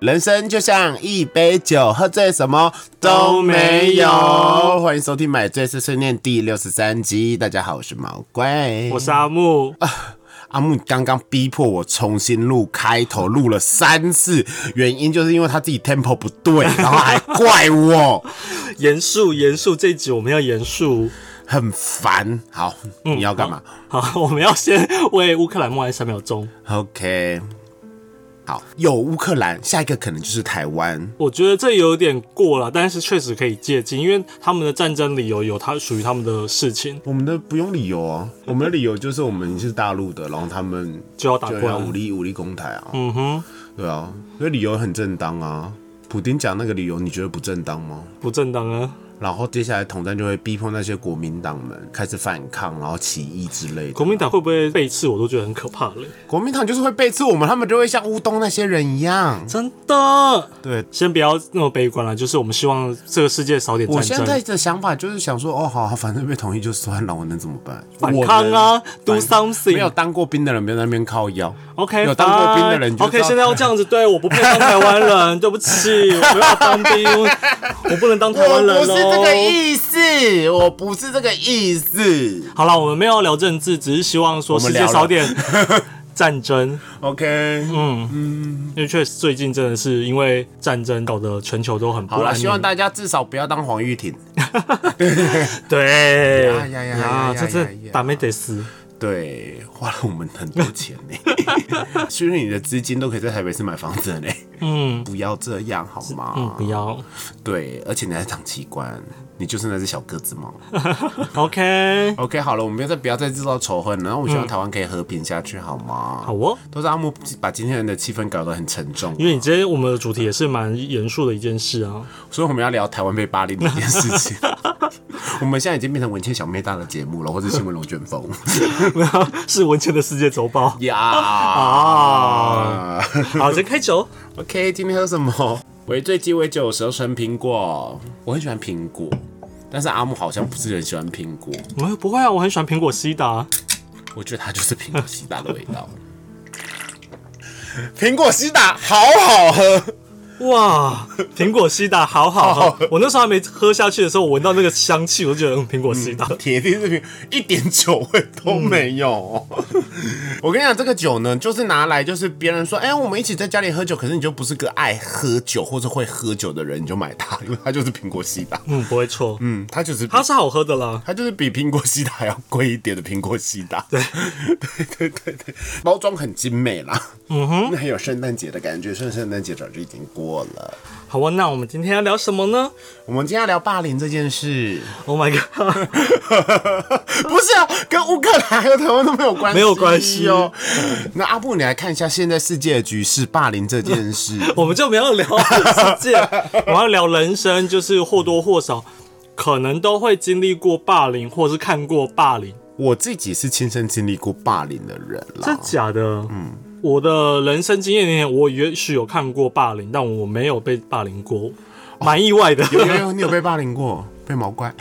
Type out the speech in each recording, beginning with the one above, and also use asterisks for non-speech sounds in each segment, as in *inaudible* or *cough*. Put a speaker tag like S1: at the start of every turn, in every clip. S1: 人生就像一杯酒，喝醉什么都
S2: 都
S1: 没
S2: 没
S1: 有
S2: 有。
S1: 欢迎收听《买醉碎碎念》第六十三集。大家好，我是毛怪，
S2: 我是阿木，啊
S1: 阿木。刚刚逼迫我重新录开头，录了三次，原因就是因为他自己 tempo 不对，然后还怪我，
S2: 严肃严肃，这一集我们要严肃。
S1: 很烦。好，你要干嘛、
S2: 好，我们要先为乌克兰默哀三秒钟。
S1: o k 好，有乌克兰，下一个可能就是台湾。
S2: 我觉得这有点过了，但是确实可以借鉴，因为他们的战争理由有他属于他们的事情，
S1: 我们的不用理由啊，我们的理由就是我们是大陆的，然后他们
S2: 就要打
S1: 就
S2: 过
S1: 要
S2: 来。
S1: 武力武力攻台啊，
S2: 嗯哼，
S1: 对啊，所以理由很正当啊。普丁讲那个理由，你觉得不正当吗？
S2: 不正当啊！
S1: 然后接下来统战就会逼迫那些国民党们开始反抗，然后起义之类的。
S2: 国民党会不会背刺，我都觉得很可怕了。
S1: 国民党就是会背刺我们，他们就会像乌东那些人一样。
S2: 真的，
S1: 对，
S2: 先不要那么悲观了，就是我们希望这个世界少点
S1: 我
S2: 战
S1: 现在
S2: 争，
S1: 的想法就是想说，哦，好，好反正被统一就算了，我能怎么办？
S2: 反
S1: 我
S2: 抗啊
S1: 能
S2: ，do
S1: 没有
S2: something。
S1: 当过兵的人，别在那边靠腰。
S2: OK，
S1: 有当过兵的
S2: fine
S1: 人你就知道
S2: OK，现在要这样子，对，我不配当台湾人，对不
S1: *laughs*
S2: 起，我不要当兵，我不能当台
S1: 我
S2: 湾人
S1: 不是这个
S2: 哦。
S1: 意思，我不是这个意思。
S2: 好了，我们没有聊政治，只是希望说
S1: 我们
S2: 世
S1: 聊了
S2: 界少点 *laughs* 战争。
S1: OK，
S2: 因为确实最近真的是因为战争搞得全球都很不
S1: 好了，
S2: 安
S1: 希
S2: 宁。
S1: 望大家至少不要当黄玉婷。
S2: 对
S1: 呀呀呀呀呀
S2: 这
S1: 呀
S2: 这
S1: 呀
S2: 打没得死。
S1: 对，花了我们很多钱 *laughs* 呢、是不是你的资金都可以在台北市买房子了呢、
S2: 嗯
S1: 不要这样好吗？
S2: 嗯，不要。
S1: 对，而且你还长器官，你就是那只小鸽子猫。
S2: OK， *laughs*
S1: OK，好了，我们不要再不要再制造仇恨了，然后我希望台湾可以和平下去，好吗？
S2: 好哦。
S1: 都是阿木把今天的气氛搞得很沉重，
S2: 因为你今天我们的主题也是蛮严肃的一件事啊。 *laughs*
S1: 所以我们要聊台湾被霸凌这件事 *laughs* 情。我们现在已经变成文倩小妹大的节目了，或者新闻龙卷 *laughs* 风
S2: 是文倩的世界周
S1: *laughs*
S2: 报。
S1: 呀
S2: 啊！ *laughs* 好，先开哦酒。
S1: OK，今天喝什么？尾醉鸡尾酒，蛇唇苹果。我很喜欢苹果，但是阿木好像不是很喜欢苹果。
S2: 我不会啊，我很喜欢苹果西打。
S1: 我觉得它就是苹果西打的味道。苹果西打好好喝，
S2: 哇，苹果西打好好
S1: 好
S2: 喝！我那时候还没喝下去的时候，我闻到那个香气，我就觉得嗯，苹果西打。
S1: 铁定是苹，一点酒味都没有。我跟你讲，这个酒呢，就是拿来就是别人说，哎、我们一起在家里喝酒，可是你就不是个爱喝酒或者会喝酒的人，你就买它，因为它就是苹果西打。
S2: 嗯，不会错，
S1: 嗯，它就是
S2: 它是好喝的啦。
S1: 它就是比苹果西打还要贵一点的苹果西打。对，对对对对，包装很精美啦，嗯哼，那很有圣诞节的感觉，虽然圣诞节早就已经过了。
S2: 好啊，那我们今天要聊什么呢
S1: 我们今天要聊霸凌这件
S2: *laughs*
S1: 事，
S2: ？Oh my god！
S1: 不是啊，跟乌克兰还有台湾都没有关系，
S2: 没有关系
S1: 哦。那阿布，你来看一下现在世界的局势，霸凌这件
S2: *laughs*
S1: 事，
S2: 我们就没有聊世界，我们要聊人生，就是或多或少可能都会经历过霸凌，或是看过霸凌，
S1: 我自己是亲身经历过霸凌的人
S2: 真
S1: 啦。
S2: 假的？嗯，我的人生经验里面，我也许有看过霸凌，但我没有被霸凌过，蛮意外的。
S1: 有有有，你有被霸凌过？被毛
S2: *laughs*
S1: 怪？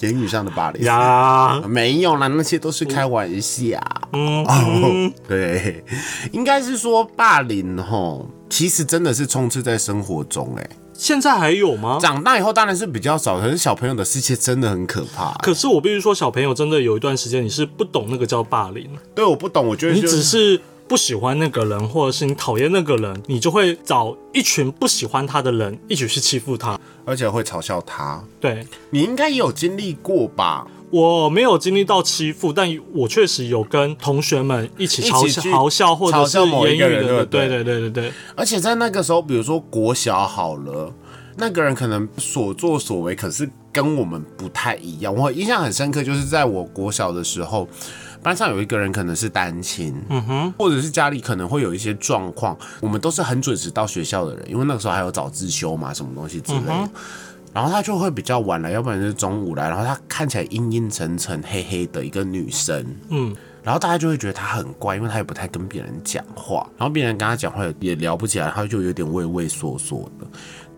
S1: 言语上的霸凌
S2: 呀，
S1: 啊没有啦，那些都是开玩笑。
S2: 嗯，
S1: 哦， *laughs* 对，应该是说霸凌吼，其实真的是充斥在生活中、欸。哎，
S2: 现在还有吗？
S1: 长大以后当然是比较少，可是小朋友的世界真的很可怕、
S2: 可是我必须说，小朋友真的有一段时间你是不懂那个叫霸凌，
S1: 对，我不懂，我觉得
S2: 你
S1: 就
S2: 只是不喜欢那个人，或者是你讨厌那个人，你就会找一群不喜欢他的人一起去欺负他。
S1: 而且会嘲笑他。
S2: 对
S1: 你应该也有经历过吧？
S2: 我没有经历到欺负，但我确实有跟同学们一起嘲
S1: 一起
S2: 笑、
S1: 去
S2: 嘲笑或者
S1: 嘲
S2: 是
S1: 笑某
S2: 言
S1: 一
S2: 语
S1: 个人
S2: 的，
S1: 对
S2: 对
S1: 不对
S2: 对对对对，
S1: 而且在那个时候，比如说国小好了，那个人可能所作所为，可是跟我们不太一样。我印象很深刻，就是在我国小的时候，班上有一个人可能是单亲，嗯哼，或者是家里可能会有一些状况，我们都是很准时到学校的人，因为那个时候还有早自修嘛，什么东西之类的。然后她就会比较晚来，要不然就是中午来。然后她看起来阴阴沉沉、黑黑的一个女生，
S2: 嗯，
S1: 然后大家就会觉得他很怪，因为他也不太跟别人讲话，然后别人跟他讲话也聊不起来，他就有点畏畏缩缩的。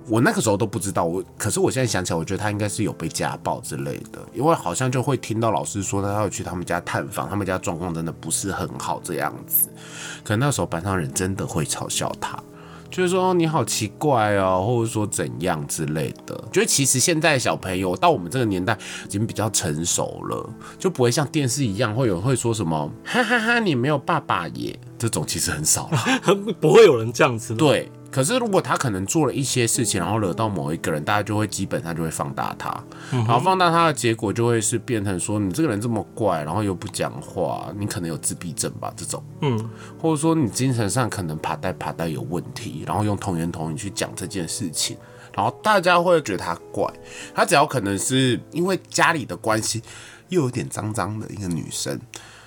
S1: 我那个时候都不知道，我可是我现在想起来，我觉得他应该是有被家暴之类的，因为好像就会听到老师说他要去他们家探访，他们家状况真的不是很好这样子。可能那时候班上人真的会嘲笑他，就是说哦你好奇怪哦，或者说怎样之类的。觉得其实现在的小朋友到我们这个年代已经比较成熟了，就不会像电视一样会有会说什么哈哈哈你没有爸爸耶这种，其实很少了。
S2: 不会有人这样子的。嗯
S1: 对，可是如果他可能做了一些事情，然后惹到某一个人，大家就会基本上就会放大他，
S2: 嗯
S1: 然后放大他的结果就会是变成说你这个人这么怪，然后又不讲话，你可能有自闭症吧这种，
S2: 嗯，
S1: 或者说你精神上可能爬带爬带有问题，然后用童言童语去讲这件事情。然后大家会觉得他怪，他只要可能是因为家里的关系，又有点脏脏的一个女生，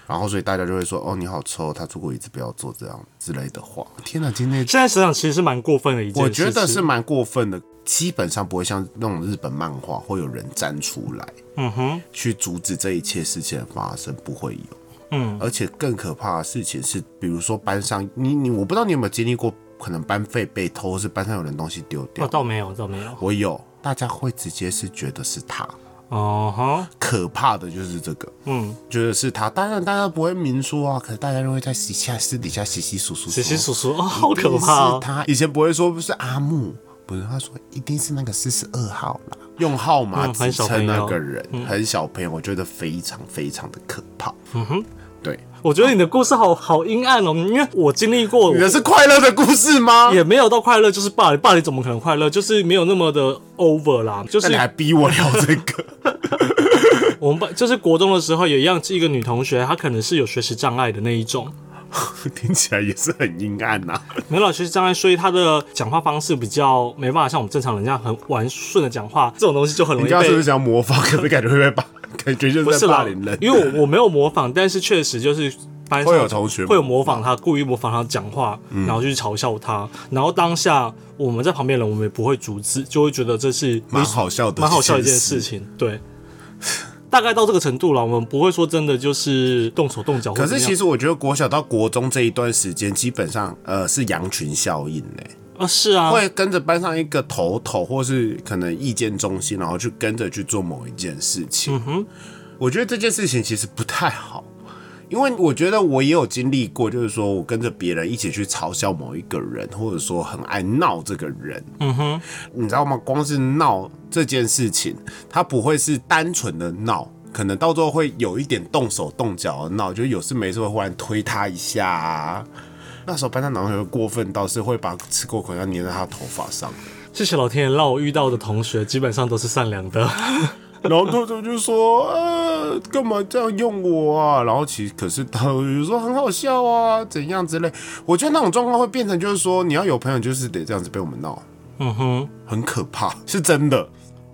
S1: 然后所以大家就会说哦你好臭，她出国一次不要做这样之类的话。天哪，今天
S2: 现在想想其实是蛮过分的一件
S1: 我
S2: 事
S1: 觉
S2: 情。
S1: 得是蛮过分的，基本上不会像那种日本漫画会有人站出来，
S2: 嗯哼，
S1: 去阻止这一切事情的发生，不会有。
S2: 嗯，
S1: 而且更可怕的事情是，比如说班上，你你我不知道你有没有经历过，可能班费被偷，或是班上有人东西丢
S2: 哦，
S1: 掉。
S2: 倒没有，倒没有。
S1: 我有，大家会直接是觉得是他。
S2: 哦哈，
S1: 可怕的就是这个，
S2: 嗯，
S1: 觉得是他。当然，大家不会明说啊，可是大家就会在私下私底下洗洗簌簌说，
S2: 洗洗叔叔， *laughs* 哦，好
S1: 一
S2: 可怕
S1: 定是
S2: 哦。
S1: 他以前不会说不是阿木，不是他说一定是那个四十二号啦，用号码
S2: 嗯
S1: 指
S2: 很小朋
S1: 称
S2: 友嗯
S1: 那个人，很小朋友，我觉得非常非常的可怕。嗯哼，对，
S2: 我觉得你的故事好好阴暗哦，因为我经历过，
S1: 你的是快乐的故事吗？
S2: 也没有到快乐，就是霸凌，霸凌怎么可能快乐？就是没有那么的 over 啦，就
S1: 那
S2: 是
S1: 你还逼我聊这个？ *laughs*
S2: 我们班就是国中的时候，也一样，一个女同学，她可能是有学习障碍的那一种， *laughs*
S1: 听起来也是很阴暗啊呐、
S2: 没有学习障碍，所以她的讲话方式比较没办法像我们正常人这样很婉顺的讲话，这种东西就很容
S1: 人
S2: 易
S1: 家是不是
S2: 被。
S1: 想模仿？可是感觉会被霸，感觉就
S2: 不
S1: 是
S2: 是
S1: 在霸
S2: 啦
S1: 凌人，。
S2: 因为我我没有模仿，但是确实就是班上
S1: 会有同学嗯
S2: 会有模仿她，故意模仿她讲话，然后去嘲笑她，然后当下我们在旁边的人，我们也不会阻止，就会觉得这是
S1: 蛮好笑的，
S2: 蛮好笑的一件事。情，对。大概到这个程度了，我们不会说真的就是动手动脚或
S1: 可
S2: 者怎
S1: 是
S2: 样。
S1: 其实我觉得国小到国中这一段时间，基本上呃是羊群效应欸嘞、
S2: 啊，是啊，
S1: 会跟着班上一个头头，或是可能意见中心，然后去跟着去做某一件事情。嗯哼，我觉得这件事情其实不太好，因为我觉得我也有经历过，就是说我跟着别人一起去嘲笑某一个人，或者说很爱闹这个人。嗯哼，你知道吗？光是闹这件事情，它不会是单纯的闹。可能到最后会有一点动手动脚的闹，就是有事没事会忽然推他一下、啊，那时候班上男同学过分到是会把吃过口香粘在他头发上，
S2: 谢谢老天爷让我遇到的同学基本上都是善良的。
S1: 然后偷偷就说：“呃，干嘛这样用我啊？”然后其实可是他就说很好笑啊，怎样之类。我觉得那种状况会变成就是说，你要有朋友就是得这样子被我们闹，
S2: 嗯哼，
S1: 很可怕，是真的。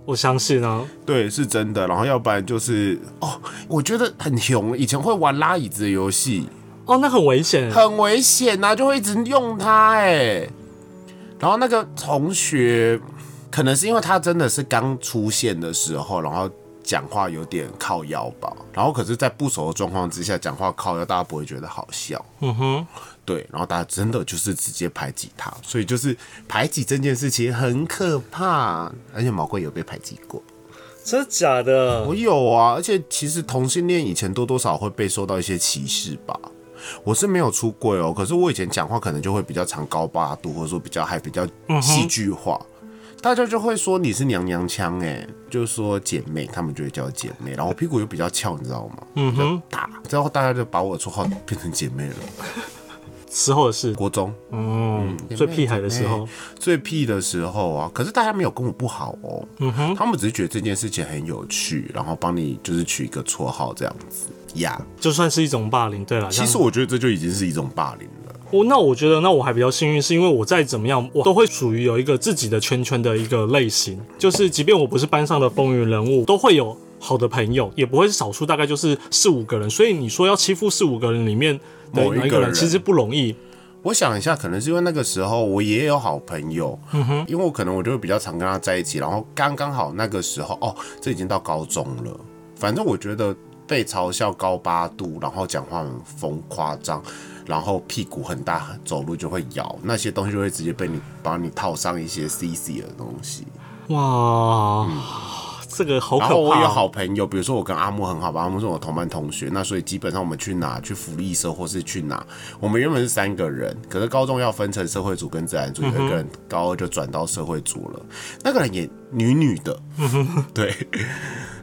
S2: 我相信啊，
S1: 对，是真的。然后要不然就是哦，我觉得很穷，以前会玩拉椅子的游戏，
S2: 哦，那很危险。
S1: 很危险呐、就会一直用它哎、然后那个同学，可能是因为他真的是刚出现的时候，然后讲话有点靠腰吧，然后可是，在不熟的状况之下讲话靠腰，大家不会觉得好笑。
S2: 嗯哼，
S1: 对，然后大家真的就是直接排挤他，所以就是排挤这件事情很可怕，而且毛贵有被排挤过。
S2: 真的假的？
S1: 我有啊，而且其实同性恋以前多多少少会被受到一些歧视吧。我是没有出柜哦，可是我以前讲话可能就会比较常高八度，或者说比较还比较戏剧化，大家就会说你是娘娘腔哎、就是说姐妹，他们就会叫我姐妹，然后我屁股又比较翘，你知道吗？嗯哼，大，之后大家就把我的绰号变成姐妹了。
S2: 时候的事，
S1: 国中
S2: 嗯，最屁孩的时候
S1: 哎，最屁的时候啊，可是大家没有跟我不好哦，嗯哼，他们只是觉得这件事情很有趣，然后帮你就是取一个绰号这样子呀。
S2: 就算是一种霸凌。对了，
S1: 其实
S2: 像
S1: 我觉得这就已经是一种霸凌了。
S2: 我那我觉得那我还比较幸运，是因为我再怎么样，我都会属于有一个自己的圈圈的一个类型，就是即便我不是班上的风云人物，都会有好的朋友，也不会是少数，大概就是四五个人。所以你说要欺负四五个人里面的
S1: 某一
S2: 哪一
S1: 个
S2: 个
S1: 人
S2: 人，其实不容易。
S1: 我想一下，可能是因为那个时候我也有好朋友，嗯哼，因为我可能我就会比较常跟他在一起，然后刚刚好那个时候，哦，这已经到高中了，反正我觉得被嘲笑高八度，然后讲话很疯夸张，然后屁股很大，走路就会摇，那些东西就会直接被你把你套上一些 CC 的东西，
S2: 哇，这个好可
S1: 嗯然
S2: 怕、
S1: 后
S2: 哦。
S1: 我有好朋友，比如说我跟阿木很好吧，阿木是我同班同学，那所以基本上我们去哪去福利社或是去哪，我们原本是三个人，可是高中要分成社会组跟自然组，有一个人高二就转到社会组
S2: 嗯
S1: 了，那个人也女女
S2: *laughs*
S1: 的，对，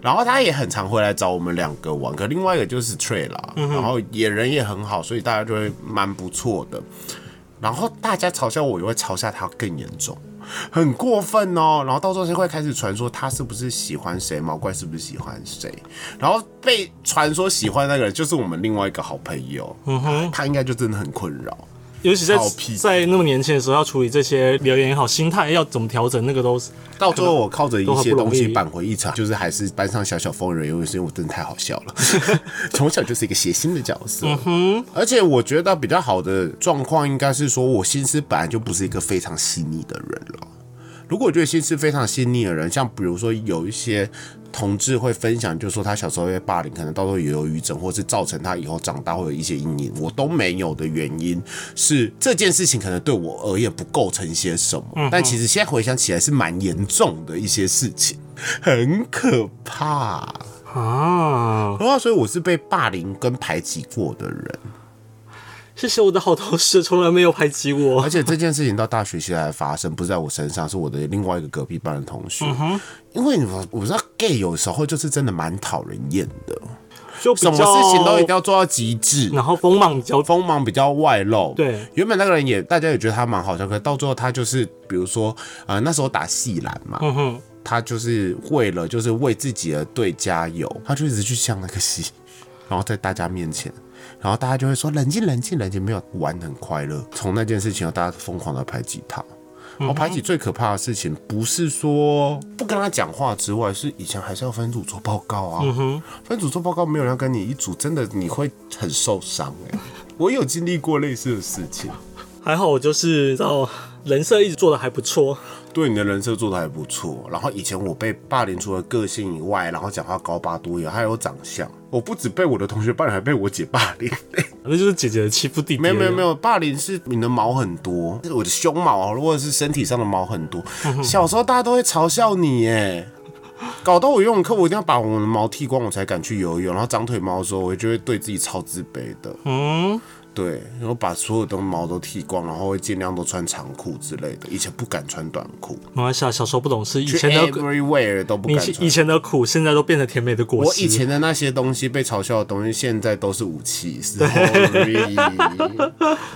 S1: 然后他也很常回来找我们两个玩，可另外一个就是 Trey 啦，
S2: 嗯
S1: 然后也人也很好，所以大家就会蛮不错的。然后大家嘲笑我，也会嘲笑他更严重，很过分哦。然后到时候就会开始传说他是不是喜欢谁，毛怪是不是喜欢谁，然后被传说喜欢那个人就是我们另外一个好朋友，他应该就真的很困扰。
S2: 尤其在
S1: 好屁
S2: 在那么年轻的时候，要处理这些留言也好，心态要怎么调整，那个都是
S1: 到最后我靠着一些
S2: 都很
S1: 东
S2: 不容易
S1: 西扳回一场，就是还是班上小小风人，因为是因为我真的太好笑 *laughs* 了，从小就是一个谐星的角色。而且我觉得比较好的状况应该是说，我心思本来就不是一个非常细腻的人了。如果我觉得心思非常细腻的人，像比如说有一些同志会分享，就说他小时候被霸凌，可能到时候有忧郁症，或是造成他以后长大会有一些阴影，我都没有的原因是这件事情可能对我而言不构成些什么，但其实现在回想起来是蛮严重的一些事情，很可怕。
S2: 啊。
S1: 然后所以我是被霸凌跟排挤过的人，
S2: 谢谢我的好同事，从来没有排挤我
S1: 而。且这件事情到大学现在发生，不是在我身上，是我的另外一个隔壁班的同学。
S2: 嗯
S1: 因为你们我知道 gay 有时候就是真的蛮讨人厌的，
S2: 就比
S1: 什
S2: 较
S1: 么事情都一定要做到极致，
S2: 然后锋芒比较
S1: 锋芒比较外露。
S2: 对，
S1: 原本那个人也大家也觉得他蛮好笑，可是到最后他就是，比如说，呃，那时候打细篮嘛，
S2: 嗯哼
S1: 他就是为了就是为自己的队加油，他就一直去向那个戏，然后在大家面前。然后大家就会说冷静冷静冷静，没有玩得很快乐。从那件事情后，大家疯狂的排挤他。然后排挤最可怕的事情，不是说不跟他讲话之外，是以前还是要分组做报告啊。分组做报告没有人要跟你一组，真的你会很受伤哎、我有经历过类似的事情，
S2: 还好，我就是到人设一直做的还不错。
S1: 对你的人设做的还不错。然后以前我被霸凌，除了个性以外，然后讲话高八度以外，还有长相。我不止被我的同学霸凌，还被我姐霸
S2: *laughs*
S1: 凌。
S2: 那就是姐姐欺负弟弟。啊
S1: 没有没有没，有，霸凌是你的毛很多，我的胸毛或者是身体上的毛很多。
S2: *laughs*
S1: 小时候大家都会嘲笑你耶，搞到我游泳课我一定要把我的毛剃光，我才敢去游泳。然后长腿毛的时候，我就会对自己超自卑的。
S2: 嗯，
S1: 对，然后把所有的毛都剃光，然后会尽量都穿长裤之类的。以前不敢穿短裤，
S2: 没关系啊，小时候不懂事，以
S1: 去
S2: 前的
S1: everywhere 都不
S2: 你
S1: 敢
S2: 以前
S1: 穿。
S2: 以前的苦，现在都变成甜美的果
S1: 我
S2: 实。
S1: 以前的那些东西被嘲笑的东西，现在都是武器。Sorry，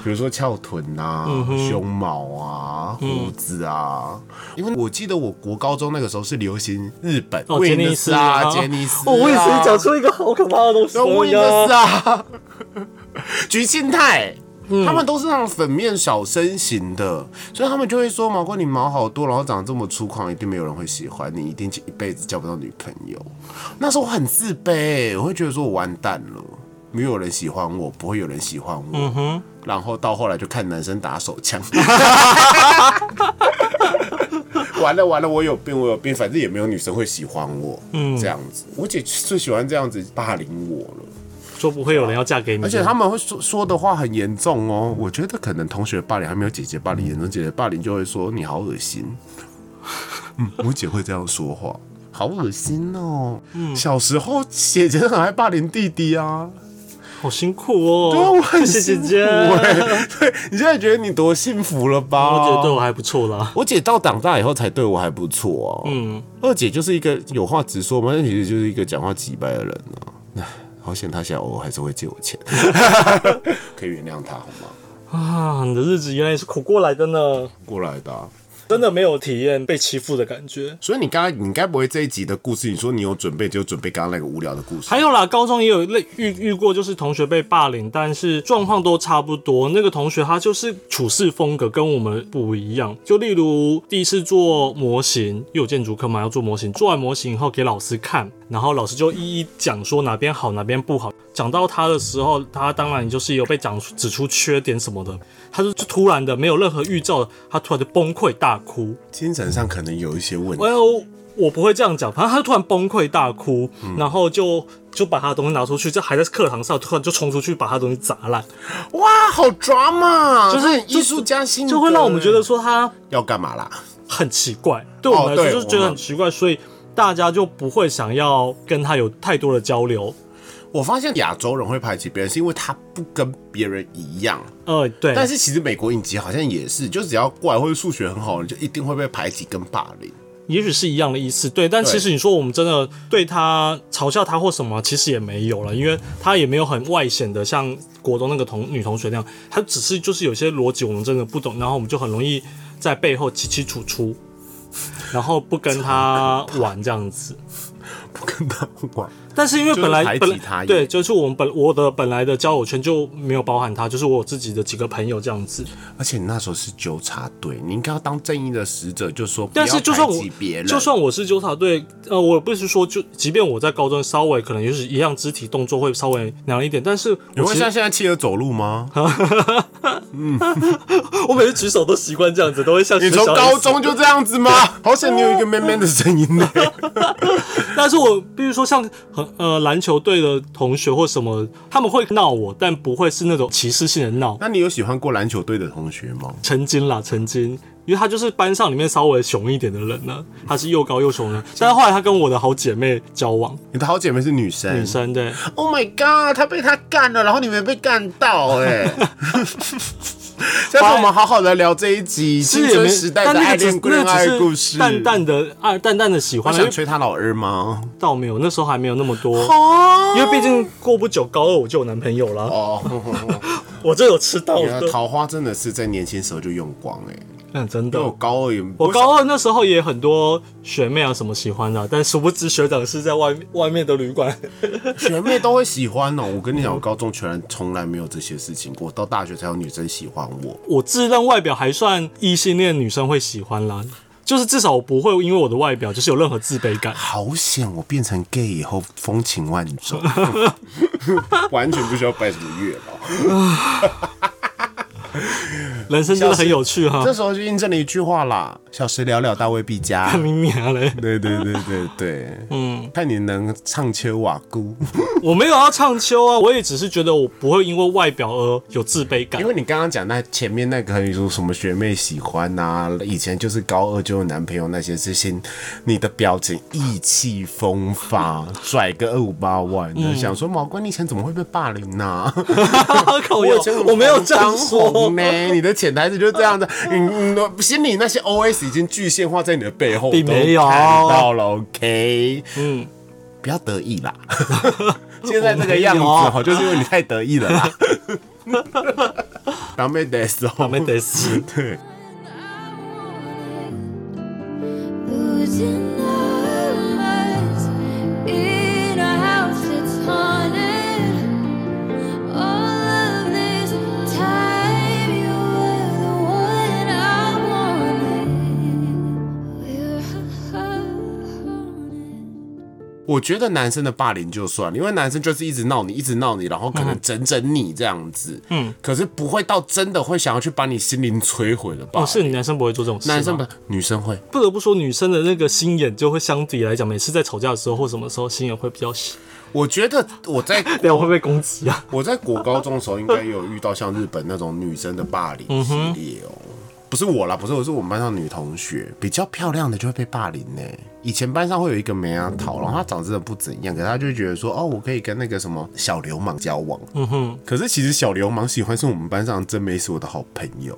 S1: 比如说翘臀啊、
S2: 嗯
S1: 胸毛啊、胡子啊。因为我记得我国高中那个时候是流行日本
S2: 哦，
S1: 威
S2: 杰尼
S1: 尼
S2: 斯
S1: 斯啊、杰尼斯啊。
S2: 哦，我也是讲出一个好可怕的东西。
S1: 都
S2: Oh my
S1: 威
S2: god
S1: 尼斯啊， *laughs* 嗯菊庆泰。他们都是那种粉面小身形的，所以他们就会说毛怪你毛好多，然后长得这么粗犷，一定没有人会喜欢你，一定一辈子交不到女朋友。那时候我很自卑，我会觉得说我完蛋了，没有人喜欢我，不会有人喜欢我。然后到后来就看男生打手枪， *laughs* 完了完了，我有病，我有病，反正也没有女生会喜欢我，嗯，这样子。我姐最喜欢这样子霸凌我了。
S2: 说不会有人要嫁给你，
S1: 而且他们会说说的话很严重哦。我觉得可能同学霸凌还没有姐姐霸凌严重，姐姐霸凌就会说你好恶心。嗯，我姐会这样说话，好恶心哦。小时候姐姐很爱霸凌弟弟啊。
S2: 好辛苦哦。
S1: 对啊，我很
S2: 谢谢姐
S1: 幸
S2: 姐，
S1: 福
S2: 我
S1: 欸对你现在觉得你多幸福了吧？
S2: 觉得对哦我还不错啦。
S1: 我姐到长大以后才对我还不错哦。
S2: 嗯，
S1: 二姐就是一个有话直说嘛，那其实就是一个讲话直白的人啊。唉好险，她现在偶尔还是会借我钱， *laughs* 可以原谅她好吗？
S2: 啊，你的日子原来是苦过来的呢，
S1: 过来的啊、
S2: 真的没有体验被欺负的感觉。
S1: 所以你刚刚你该不会这一集的故事，你说你有准备，就准备刚刚那个无聊的故事
S2: 还。有啦，高中也有类遇遇过，就是同学被霸凌，但是状况都差不多。那个同学他就是处事风格跟我们不一样。就例如第一次做模型，因为有建筑课嘛，要做模型，做完模型以后给老师看，然后老师就一一讲说哪边好哪边不好。讲到他的时候，他当然就是有被讲出指出缺点什么的，他就突然的没有任何预兆的，他突然就崩溃大哭。
S1: 精神上可能有一些问题。
S2: Well，我不会这样讲，反正他就突然崩溃大哭，
S1: 嗯
S2: 然后就就把他的东西拿出去，这还在课堂上，突然就冲出去把他的东西砸烂，
S1: 哇，好 drama，
S2: 就是
S1: 很啊艺术家性格
S2: 就会让我们觉得说他
S1: 要干嘛啦？
S2: 很奇怪。对我们
S1: 哦
S2: 来
S1: 对
S2: 说就是觉得很奇怪，所以大家就不会想要跟他有太多的交流。
S1: 我发现亚洲人会排挤别人，是因为他不跟别人一样。
S2: 呃，对，
S1: 但是其实美国影集好像也是，就只要过来或者数学很好，你就一定会被排挤跟霸凌。
S2: 也许是一样的意思，对。但
S1: 对
S2: 其实你说我们真的对他嘲笑他或什么，其实也没有了，因为他也没有很外显的像国中那个同女同学那样，他只是就是有些逻辑我们真的不懂，然后我们就很容易在背后起起楚楚，然后不跟他玩这样子。
S1: 不跟他玩，
S2: 但是因为本来
S1: 就是排挤
S2: 本来
S1: 他也
S2: 对，就是我们本我的本来的交友圈就没有包含他，就是我有自己的几个朋友这样子。
S1: 而且你那时候是纠察队，你应该要当正义的使者，就说不要
S2: 但是就算
S1: 排
S2: 我
S1: 挤别人，
S2: 就算我是纠察队，呃，我不是说就，即便我在高中稍微可能就是一样肢体动作会稍微凉一点，但是
S1: 你
S2: 我
S1: 会
S2: 其
S1: 像
S2: 实
S1: 现在企鹅走路吗？
S2: 我每次举手都习惯这样子，都会像
S1: 你从高，中就这样子吗？好想你有
S2: *laughs*
S1: 一个 man man 的声音呢。 *laughs*
S2: 但是我比如说像很呃篮球队的同学或什么，他们会闹我，但不会是那种歧视性的闹。
S1: 那你有喜欢过篮球队的同学吗？
S2: 曾经啦，曾经，因为他就是班上里面稍微熊一点的人呢，他是又高又熊的，但是后来他跟我的好姐妹交往，
S1: 你的好姐妹是女生，
S2: 女生对，
S1: Oh my god！他被他干了，然后你没被干到
S2: *laughs*
S1: 哎、下次我们好好的聊这一集青
S2: 是也
S1: 春
S2: 没，
S1: 时代
S2: 但
S1: 的
S2: 那
S1: 爱
S2: 个只
S1: 恋
S2: 是
S1: 恋
S2: 那
S1: 爱
S2: 个只
S1: 故
S2: 是
S1: 事。
S2: 淡淡的爱，淡淡的喜
S1: 我
S2: 欢，因
S1: 想
S2: 为
S1: 吹他老二吗？
S2: 倒没有，那时候还没有那么多，
S1: 哦
S2: 因为毕竟过不久高二我就有男朋友了，
S1: 哦，
S2: *laughs* 我就有吃到
S1: 你的
S2: 的，
S1: 桃花真的是在年轻时候就用光哎、
S2: 嗯，真
S1: 因为我
S2: 的。
S1: 高二也
S2: 我高二那时候也很多学妹啊什么喜欢的啊，但殊不知学长是在外面外面的旅馆。 *laughs*
S1: 学妹都会喜欢哦、我跟你讲，我高中全然从来没有这些事情过，到大学才有女生喜欢我。
S2: 我自认外表还算异性恋女生会喜欢啦，就是至少我不会因为我的外表就是有任何自卑
S1: *laughs*
S2: 感。
S1: 好险！我变成 gay 以后风情万
S2: *laughs*
S1: 种，完全不需要拜什么月老。
S2: 人生真的很有趣哈 *laughs*
S1: 这，时候就印证了一句话啦：“小时了了，大未必佳。
S2: 明年啊嘞”，
S1: *laughs* 对对对对对，嗯，看你能唱秋瓦姑，
S2: 我没有要唱秋啊，我也只是觉得我不会因为外表而有自卑
S1: *laughs*
S2: 感
S1: 因。为你刚刚讲那前面那个，你说什么学妹喜欢呐、以前就是高二就有男朋友那些事情，你的表情意气风发，拽个二五八万的，想说毛怪，你以前怎么会被霸凌啊呢、
S2: *laughs* 靠
S1: *laughs*
S2: 腰
S1: 以前
S2: 我没有这样
S1: 当
S2: 说
S1: 红。呢，你的潜台词就是这样的，你你嗯心里那些 OS 已经具现化在你的背后，
S2: 并没有
S1: 都看到了，OK，嗯，不要得意啦， *laughs* 现在这个样子哦，就是因为你太得意了啦。 *laughs* 当妹得死
S2: 我
S1: 哦，
S2: 们得死。
S1: 对，
S3: Losing our minds in a house that's haunted. All of this time, you were the one I wanted. We're haunted.
S1: 我觉得男生的霸凌就算了，因为男生就是一直闹你，一直闹你，然后可能整整你这样子，嗯，可是不会到真的会想要去把你心灵摧毁的吧？
S2: 哦，是你男生不会做这种事吗，
S1: 男生不，女生会。
S2: 不得不说，女生的那个心眼就会相比来讲，每次在吵架的时候或什么时候，心眼会比较细。
S1: 我觉得我在
S2: 等一下我会被攻击啊！
S1: 我在国高中的时候，应该也有遇到像日本那种女生的霸凌系列哦、不是我啦，不是我，是我们班上女同学，比较漂亮的就会被霸凌呢、以前班上会有一个梅阿桃，然后她长得真的不怎样，可是她就会觉得说，哦，我可以跟那个什么小流氓交往。嗯哼。可是其实小流氓喜欢是我们班上真没是我的好朋友，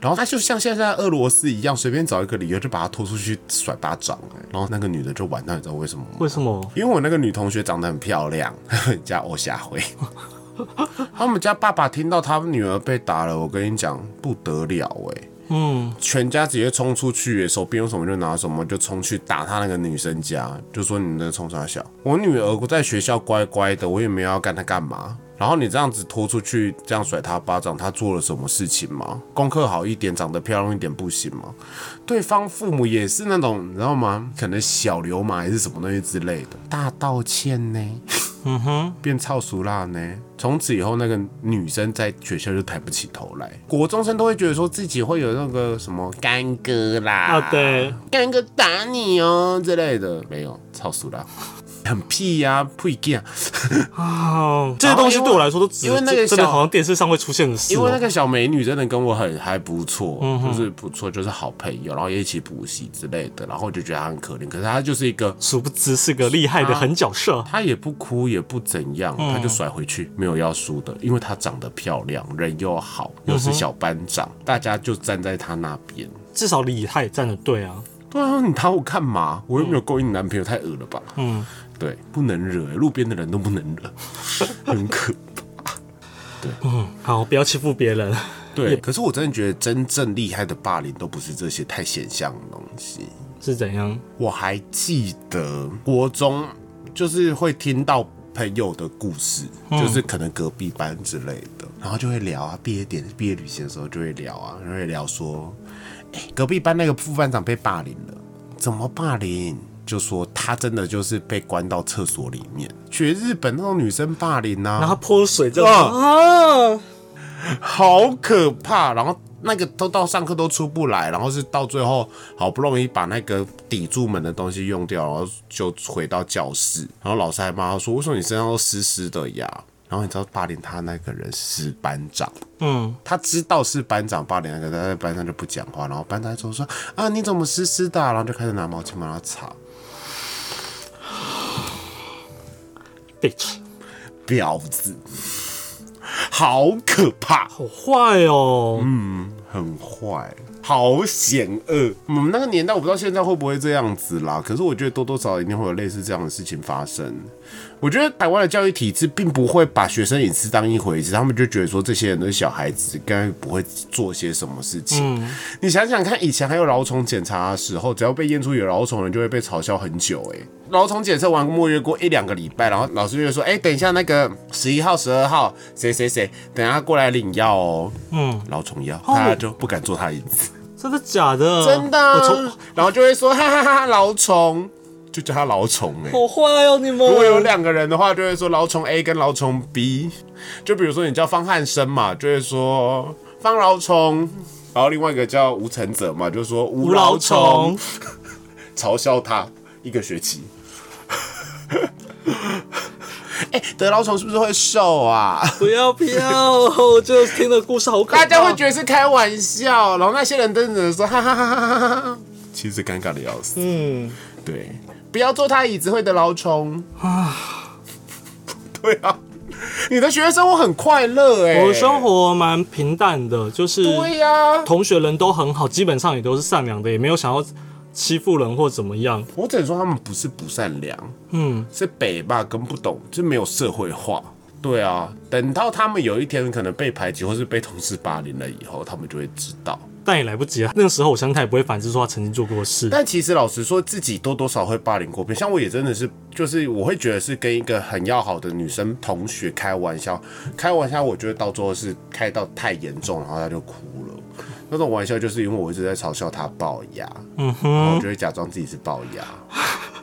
S1: 然后他就像现在俄罗斯一样，随便找一个理由就把他拖出去甩巴掌、欸。然后那个女的就完蛋，你知道为什么吗？
S2: 为什么？
S1: 因为我那个女同学长得很漂亮， *laughs* 人家欧夏辉。他们家爸爸听到他女儿被打了，我跟你讲不得了哎、
S2: 嗯，
S1: 全家直接冲出去、手边有什么就拿什么，就冲去打他那个女生家，就说你们在冲啥小？我女儿在学校乖乖的，我也没有要干她干嘛。然后你这样子拖出去，这样甩她巴掌，她做了什么事情吗？功课好一点，长得漂亮一点不行吗？对方父母也是那种，你知道吗？可能小流氓还是什么东西之类的，大道歉呢，嗯哼，变操俗辣呢。从此以后，那个女生在学校就抬不起头来，国中生都会觉得说自己会有那个什么干哥啦，
S2: 啊对，
S1: 干哥打你哦之类的，没有操俗辣。 *laughs* 很屁呀、屁 gay 啊。
S2: 哦，这些东西对我来说都只
S1: 因为那个
S2: 真的
S1: 小
S2: 好像电视上会出现的事、
S1: 因为那
S2: 哦。
S1: 个小美女真的跟我很还不错，就是不错，就是好朋友，然后也一起补习之类的，然后我就觉得她很可怜。可是她就是一个，
S2: 殊不知是个厉害的狠角色，
S1: 她也不哭也不怎样，她就甩回去，没有要输的，因为她长得漂亮，人又好，又是小班长，大家就站在她那边。
S2: 至少李他也站得对啊。
S1: 对啊，你打我干嘛？我又没有勾引你男朋友，太恶了吧？
S2: 嗯，
S1: 对，不能惹、路边的人都不能惹， *laughs* 很可
S2: 嗯，好，不要欺负别人。
S1: 对。 *laughs* 可是我真的觉得真正厉害的霸凌都不是这些太显象的东西。
S2: 是怎样？
S1: 我还记得国中就是会听到朋友的故事，就是可能隔壁班之类的，然后就会聊啊，毕业典毕业旅行的时候就会聊啊，就会聊说，哎、隔壁班那个副班长被霸凌了，怎么霸凌？就说他真的就是被关到厕所里面，学日本那种女生霸凌啊，
S2: 然后泼水这样啊，
S1: 好可怕。然后那个都到上课都出不来，然后是到最后好不容易把那个抵住门的东西用掉，然后就回到教室，然后老师还骂他说：“为什么你身上都湿湿的呀？”然后你知道霸凌他那个人是班长，
S2: 嗯，
S1: 他知道是班长霸凌那个，他在班上就不讲话，然后班长就说：“啊，你怎么湿湿的啊、然后就开始拿毛巾帮他擦。
S2: bitch，
S1: 婊子， *laughs* 好可怕。
S2: 好坏哦。
S1: 很坏，好险恶。我们那个年代，我不知道现在会不会这样子啦。可是我觉得多多少少一定会有类似这样的事情发生。我觉得台湾的教育体制并不会把学生隐私当一回事，他们就觉得说这些人都是小孩子，该不会做些什么事情。你想想看，以前还有蛲虫检查的时候，只要被验出有蛲虫，人就会被嘲笑很久、欸。哎，蛲虫检测完末约过一两个礼拜，然后老师就会说：“哎、等一下那个十一号、十二号谁谁谁，等一下过来领药哦。”
S2: 嗯，
S1: 老虫药，大家就不敢做他椅子，
S2: 真的假的？
S1: 哦 *laughs* 真的啊、
S2: 我从
S1: 然后就会说哈哈哈哈老虫，就叫他老虫哎、
S2: 好坏哦，你们。
S1: 如果有两个人的话，就会说老虫 A 跟老虫 B。就比如说你叫方汉生嘛，就会说方老虫，然后另外一个叫吴承泽嘛，就说吴
S2: 无
S1: 老
S2: 老
S1: 虫
S2: 虫，，
S1: 嘲笑他一个学期。 *laughs* 哎、得老虫是不是会瘦啊？
S2: 不要不要！我就听的故事好可怕。
S1: 大家会觉得是开玩笑，然后那些人真的说哈哈哈哈哈哈，其实尴尬的要死。
S2: 嗯，
S1: 对，不要坐他椅子会得老虫啊。对啊，你的学生生活很快乐哎、
S2: 我的生活蛮平淡的，就是
S1: 对啊呀、
S2: 同学人都很好，基本上也都是善良的，也没有想要欺负人或怎么样。
S1: 我只能说他们不是不善良，
S2: 嗯，
S1: 是北吧跟不懂，就没有社会化。对啊，等到他们有一天可能被排挤或是被同事霸凌了以后，他们就会知道。
S2: 但也来不及啊。那个时候，我相信他也不会反思说他曾经做过的事。
S1: 但其实老实说，自己多多少会霸凌过别人。像我也真的是，就是我会觉得是跟一个很要好的女生同学开玩笑，开玩笑，我觉得到最后是开到太严重，然后她就哭了。那种玩笑就是因为我一直在嘲笑她龅牙，
S2: 嗯
S1: 然后我
S2: 哼，
S1: 就会假装自己是龅牙， *laughs*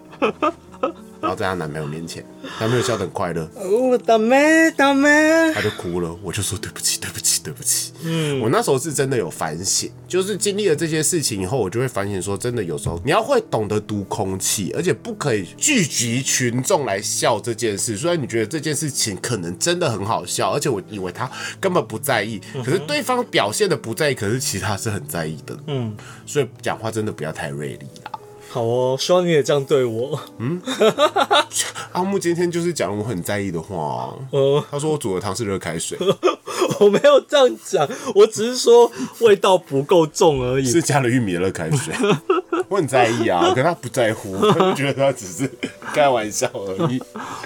S1: 然后在她男朋友面前，男朋友笑得很快乐，
S2: 哦，大妹大妹，
S1: 他就哭了，我就说对不起，对不起，对不起。嗯，我那时候是真的有反省，就是经历了这些事情以后，我就会反省说，真的有时候你要会懂得读空气，而且不可以聚集群众来笑这件事。虽然你觉得这件事情可能真的很好笑，而且我以为他根本不在意，可是对方表现的不在意，可是其实他是很在意的。
S2: 嗯，
S1: 所以讲话真的不要太锐利啊啦。
S2: 好哦，希望你也这样对我。
S1: 阿木今天就是讲了我很在意的话、啊，
S2: 嗯，
S1: 他说我煮的汤是热开水，
S2: 我没有这样讲，我只是说味道不够重而
S1: *laughs*
S2: 已
S1: 是。加了玉米的热开 *laughs* 水。我很在意啊，可他不在 *laughs* 乎，他就觉得他只是开玩笑而已。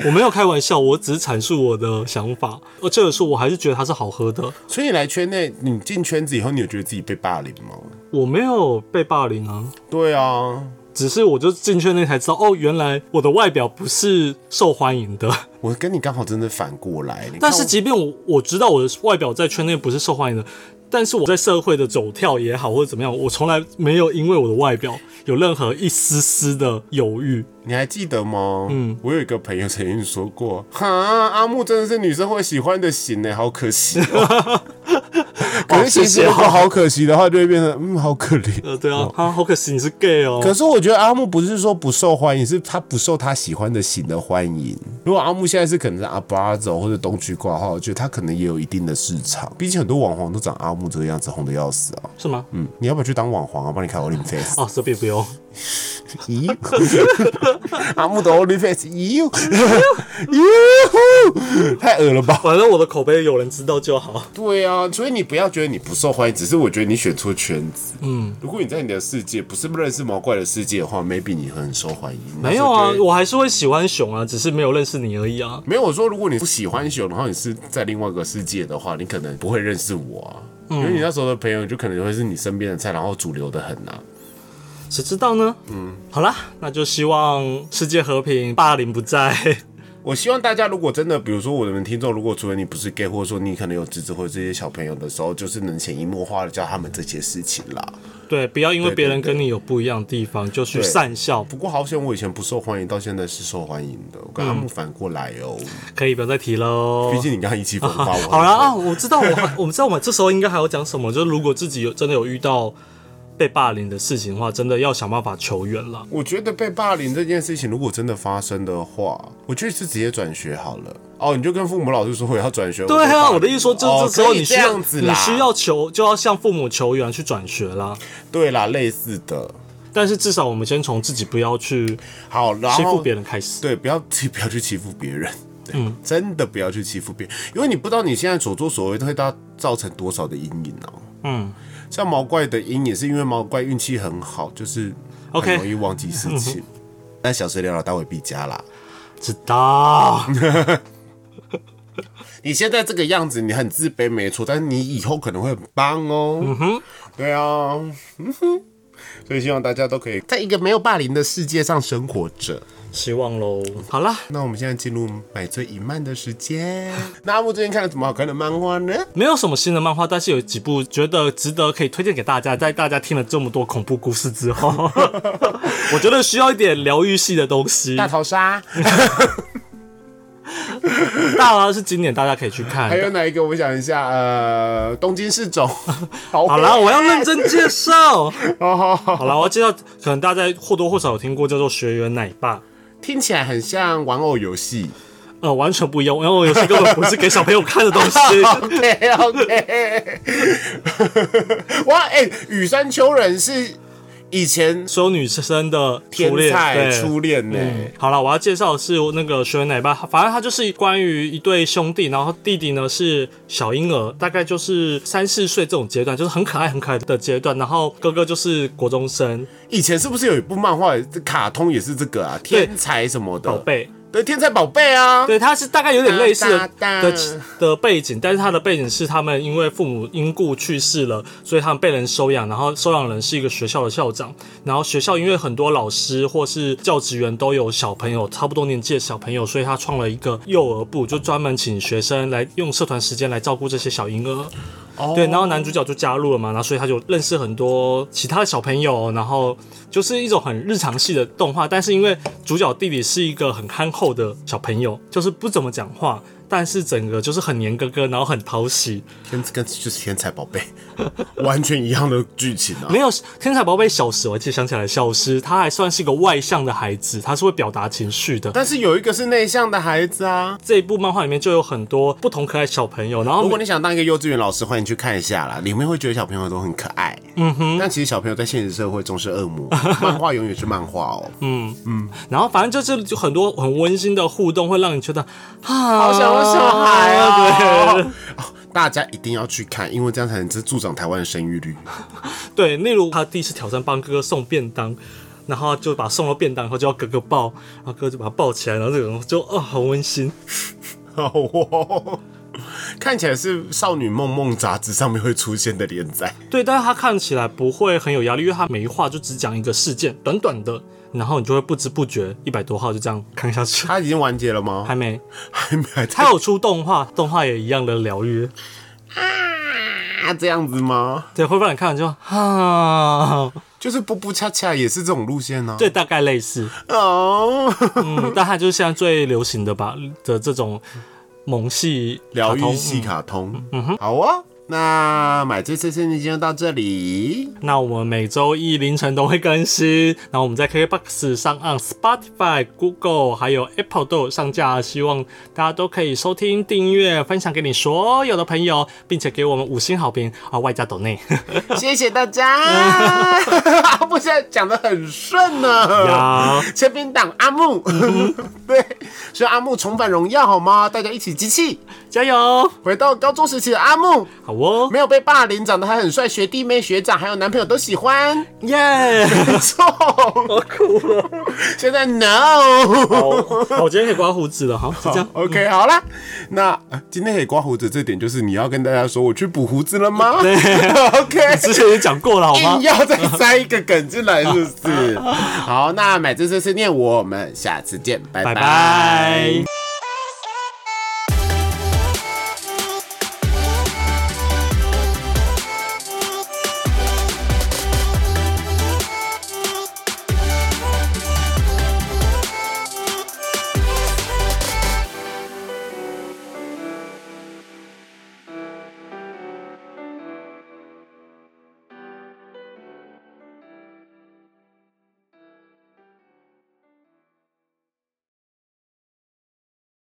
S2: 我没有开玩笑，我只是阐述我的想法。而这个是我还是觉得它是好喝的。
S1: 所以你来圈内，你进圈子以后，你有觉得自己被霸凌吗？
S2: 我没有被霸凌啊，
S1: 对啊，
S2: 只是我就进圈内才知道，哦，原来我的外表不是受欢迎的。
S1: 我跟你刚好真的反过来。你看
S2: 但是
S1: 我
S2: 即便我我知道我的外表在圈内不是受欢迎的，但是我在社会的走跳也好或者怎么样，我从来没有因为我的外表有任何一丝丝的犹豫。
S1: 你还记得吗？嗯，我有一个朋友曾经说欸 *laughs* 过，哈，阿木真的是女生会喜欢的型呢，好可惜哦。可是其
S2: 谢
S1: 实
S2: 谢
S1: 如果
S2: 哦
S1: 好可惜的话，就会变成嗯，好可怜。
S2: 呃，对啊，啊，好可惜你是 gay 哦。
S1: 哦可是我觉得阿木不是说不受欢迎，是他不受他喜欢的型的欢迎。如果阿木现在是可能是阿巴走或者东区挂的话，我觉得他可能也有一定的市场。毕竟很多网红都长阿木这个样子，红的要死啊。
S2: 是吗？
S1: 嗯，你要不要去当网红啊？帮你开 OnlyFans？
S2: 哦，这边不用。
S1: 咦， *laughs* 阿木的 OnlyFans，咦呦，咦呼，太恶了吧？
S2: 反正我的口碑有人知道就好。
S1: 对啊，所以你不要觉得你不受欢迎，只是我觉得你选错圈子。嗯，如果你在你的世界不是认识毛怪的世界的话，maybe 你很受欢迎。
S2: 没有啊，我还是会喜欢熊啊，只是没有认识你而已啊。
S1: 没有我说，如果你不喜欢熊，然后你是在另外一个世界的话，你可能不会认识我啊。
S2: 嗯
S1: 因为你那时候的朋友就可能会是你身边的菜，然后主流的很啊。
S2: 谁知道呢？嗯，好啦，那就希望世界和平，霸凌不在。 *laughs*
S1: 我希望大家如果真的，比如说我们听众，如果除了你不是 gay，或者说你可能有侄子或者这些小朋友的时候，就是能潜移默化的教他们这些事情啦。
S2: 对，不要因为
S1: 对对
S2: 别人跟你有不一样的地方就去善笑，
S1: 不过好险，我以前不受欢迎，到现在是受欢迎的。我跟阿木
S2: 嗯
S1: 反过来哦，
S2: 可以不要再提喽
S1: 毕。竟你刚刚意
S2: *laughs*
S1: 气风发，我
S2: 嗯好啦，啊，我知道我还我们知 *laughs* 道我们这时候应该还要讲什么，就是如果自己有真的有遇到被霸凌的事情的话，真的要想办法求援了。
S1: 我觉得被霸凌这件事情，如果真的发生的话，我觉得是直接转学好了。哦，你就跟父母老师说我要转学。
S2: 对
S1: 被霸
S2: 啊，
S1: 凌
S2: 我的意思说，就
S1: 哦
S2: 这时候
S1: 可以
S2: 你需
S1: 这
S2: 要、
S1: 样子
S2: 你
S1: 啦，
S2: 需要求就要向父母求援去转学啦。
S1: 对啦，类似的。
S2: 但是至少我们先从自己不要去
S1: 好，然后
S2: 欺负别人开始。
S1: 对，不要 *laughs* 欺，不要去欺负别人。嗯，真的不要去欺负别人，因为你不知道你现在所作所为会到造成多少的阴影哦、
S2: 嗯，
S1: 像毛怪的阴影是因为毛怪运气很好，就是很
S2: OK
S1: 容易忘记事
S2: *laughs*
S1: 情。但小时聊聊大卫必加啦。
S2: 知道。
S1: 你现在这个样子，你很自卑没错，但是你以后可能会很棒哦。嗯哼，对啊，嗯哼，所以希望大家都可以在一个没有霸凌的世界上生活着。
S2: 希望喽。好啦，
S1: 那我们现在进入买醉一漫的时
S2: *laughs*
S1: 间。那阿木最近看了什么好看的漫画呢？
S2: 没有什么新的漫画，但是有几部觉得值得可以推荐给大家。在大家听了这么多恐怖故事之后，我觉得需要一点疗愈系的东西。
S1: 大逃杀，
S2: 嗯大啦是今年大家可以去看
S1: 还有
S2: 的。
S1: 哪一个？我想一下，呃，东京市种。好
S2: *laughs* 好啦，我要认真介绍。
S1: 好好好，
S2: 好啦，我要介绍，可能大家或多或少有听过叫做《学员奶爸》。
S1: 听起来很像玩偶游戏。
S2: 呃，完全不一样，因为我有些根本不是给小朋友看的东西。
S1: OK OK，哇，哎、羽山丘人是以前
S2: 所有女生的初
S1: 天
S2: 恋，
S1: 才
S2: 对
S1: 初恋呢、
S2: 好了，我要介绍的是那个学员奶爸，反正他就是关于一对兄弟，然后弟弟呢是小婴儿，大概就是三四岁这种阶段，就是很可爱很可爱的阶段，然后哥哥就是国中生
S1: 以前是不是有一部漫画、卡通也是这个啊？天才什么的
S2: 宝，贝，
S1: 对，天才宝贝啊。
S2: 对，他是大概有点类似的
S1: 哒哒
S2: 的的背景，但是他的背景是他们因为父母因故去世了，所以他们被人收养，然后收养人是一个学校的校长，然后学校因为很多老师或是教职员都有小朋友，差不多年纪的小朋友，所以他创了一个幼儿部，就专门请学生来用社团时间来照顾这些小婴儿。
S1: 哦
S2: 对，然后男主角就加入了嘛，然后所以他就认识很多其他的小朋友，然后就是一种很日常系的动画，但是因为主角弟弟是一个很憨厚的小朋友，就是不怎么讲话，但是整个就是很黏哥哥，然后很讨喜。
S1: 跟跟就是天才宝贝， *laughs* 完全一样的剧情啊。
S2: 没有天才宝贝小时，我记得想起来小时，他还算是一个外向的孩子，他是会表达情绪的。
S1: 但是有一个是内向的孩子啊。
S2: 这一部漫画里面就有很多不同可爱小朋友，然后
S1: 如果你想当一个幼稚园老师，欢迎去看一下啦，里面会觉得小朋友都很可爱。嗯哼，但其实小朋友在现实社会中是恶
S2: *laughs*
S1: 魔，漫画永远是漫画哦。嗯，
S2: 然后反正就是就很多很温馨的互动，会让你觉得啊，
S1: 好想要小孩啊！*laughs*
S2: 对。
S1: 对。大家一定要去看，因为这样才能助长台湾的生育率。
S2: 对，例如他第一次挑战帮哥哥送便当，然后就把送了便当以后就要哥哥抱，然后哥哥就把他抱起来，然后这种就哦好温馨。
S1: 好哦， *laughs* 看起来是《少女梦梦》杂志上面会出现的连载。
S2: 对，但是他看起来不会很有压力，因为他每一话就只讲一个事件，短短的，然后你就会不知不觉一百多号就这样看下去。
S1: 它已经完结了吗？
S2: 还没，
S1: 还没还在
S2: 他有出动画，动画也一样的疗愈，
S1: 啊？这样子吗？
S2: 对，会不然你看了就啊，
S1: 就是步步恰恰也是这种路线呢、
S2: 对，大概类似，
S1: 哦，
S2: 嗯，但他就是现在最流行的吧的这种萌系
S1: 疗
S2: 卡
S1: 愈
S2: 通
S1: 系卡通，嗯哼，好啊。那买醉碎碎念今天就到这
S2: *laughs*
S1: 里，
S2: 那我们每周一凌晨都会更新，然后我们在 KKBOX 上岸、Spotify、Google 还有 Apple 都有上架，希望大家都可以收听、订阅、分享给你所有的朋友，并且给我们五星好评啊，外加抖 *laughs* 内
S1: 谢谢大家。
S2: *laughs*
S1: 阿木现在讲的很顺呢，
S2: 呀，嗯
S1: 前边党阿木， *laughs* 对，所以阿木重返荣耀好吗？大家一起集气，
S2: 加油！
S1: 回到高中时期的阿木，
S2: 好哦，
S1: 没有被霸凌，长得还很帅，学弟妹、学长还有男朋友都喜欢，
S2: 耶、
S1: 没错，好酷哦。现在 no。
S2: 好，好我今天可以刮胡子了，好，就这样。
S1: OK，好啦，那呃今天可以刮胡子，这点就是你要跟大家说，我去补胡子了吗？OK，
S2: 之前也讲过了，好吗
S1: 硬？要再塞一个梗进来，是不是？好，那买这次是念我们下次见，拜
S2: 拜拜。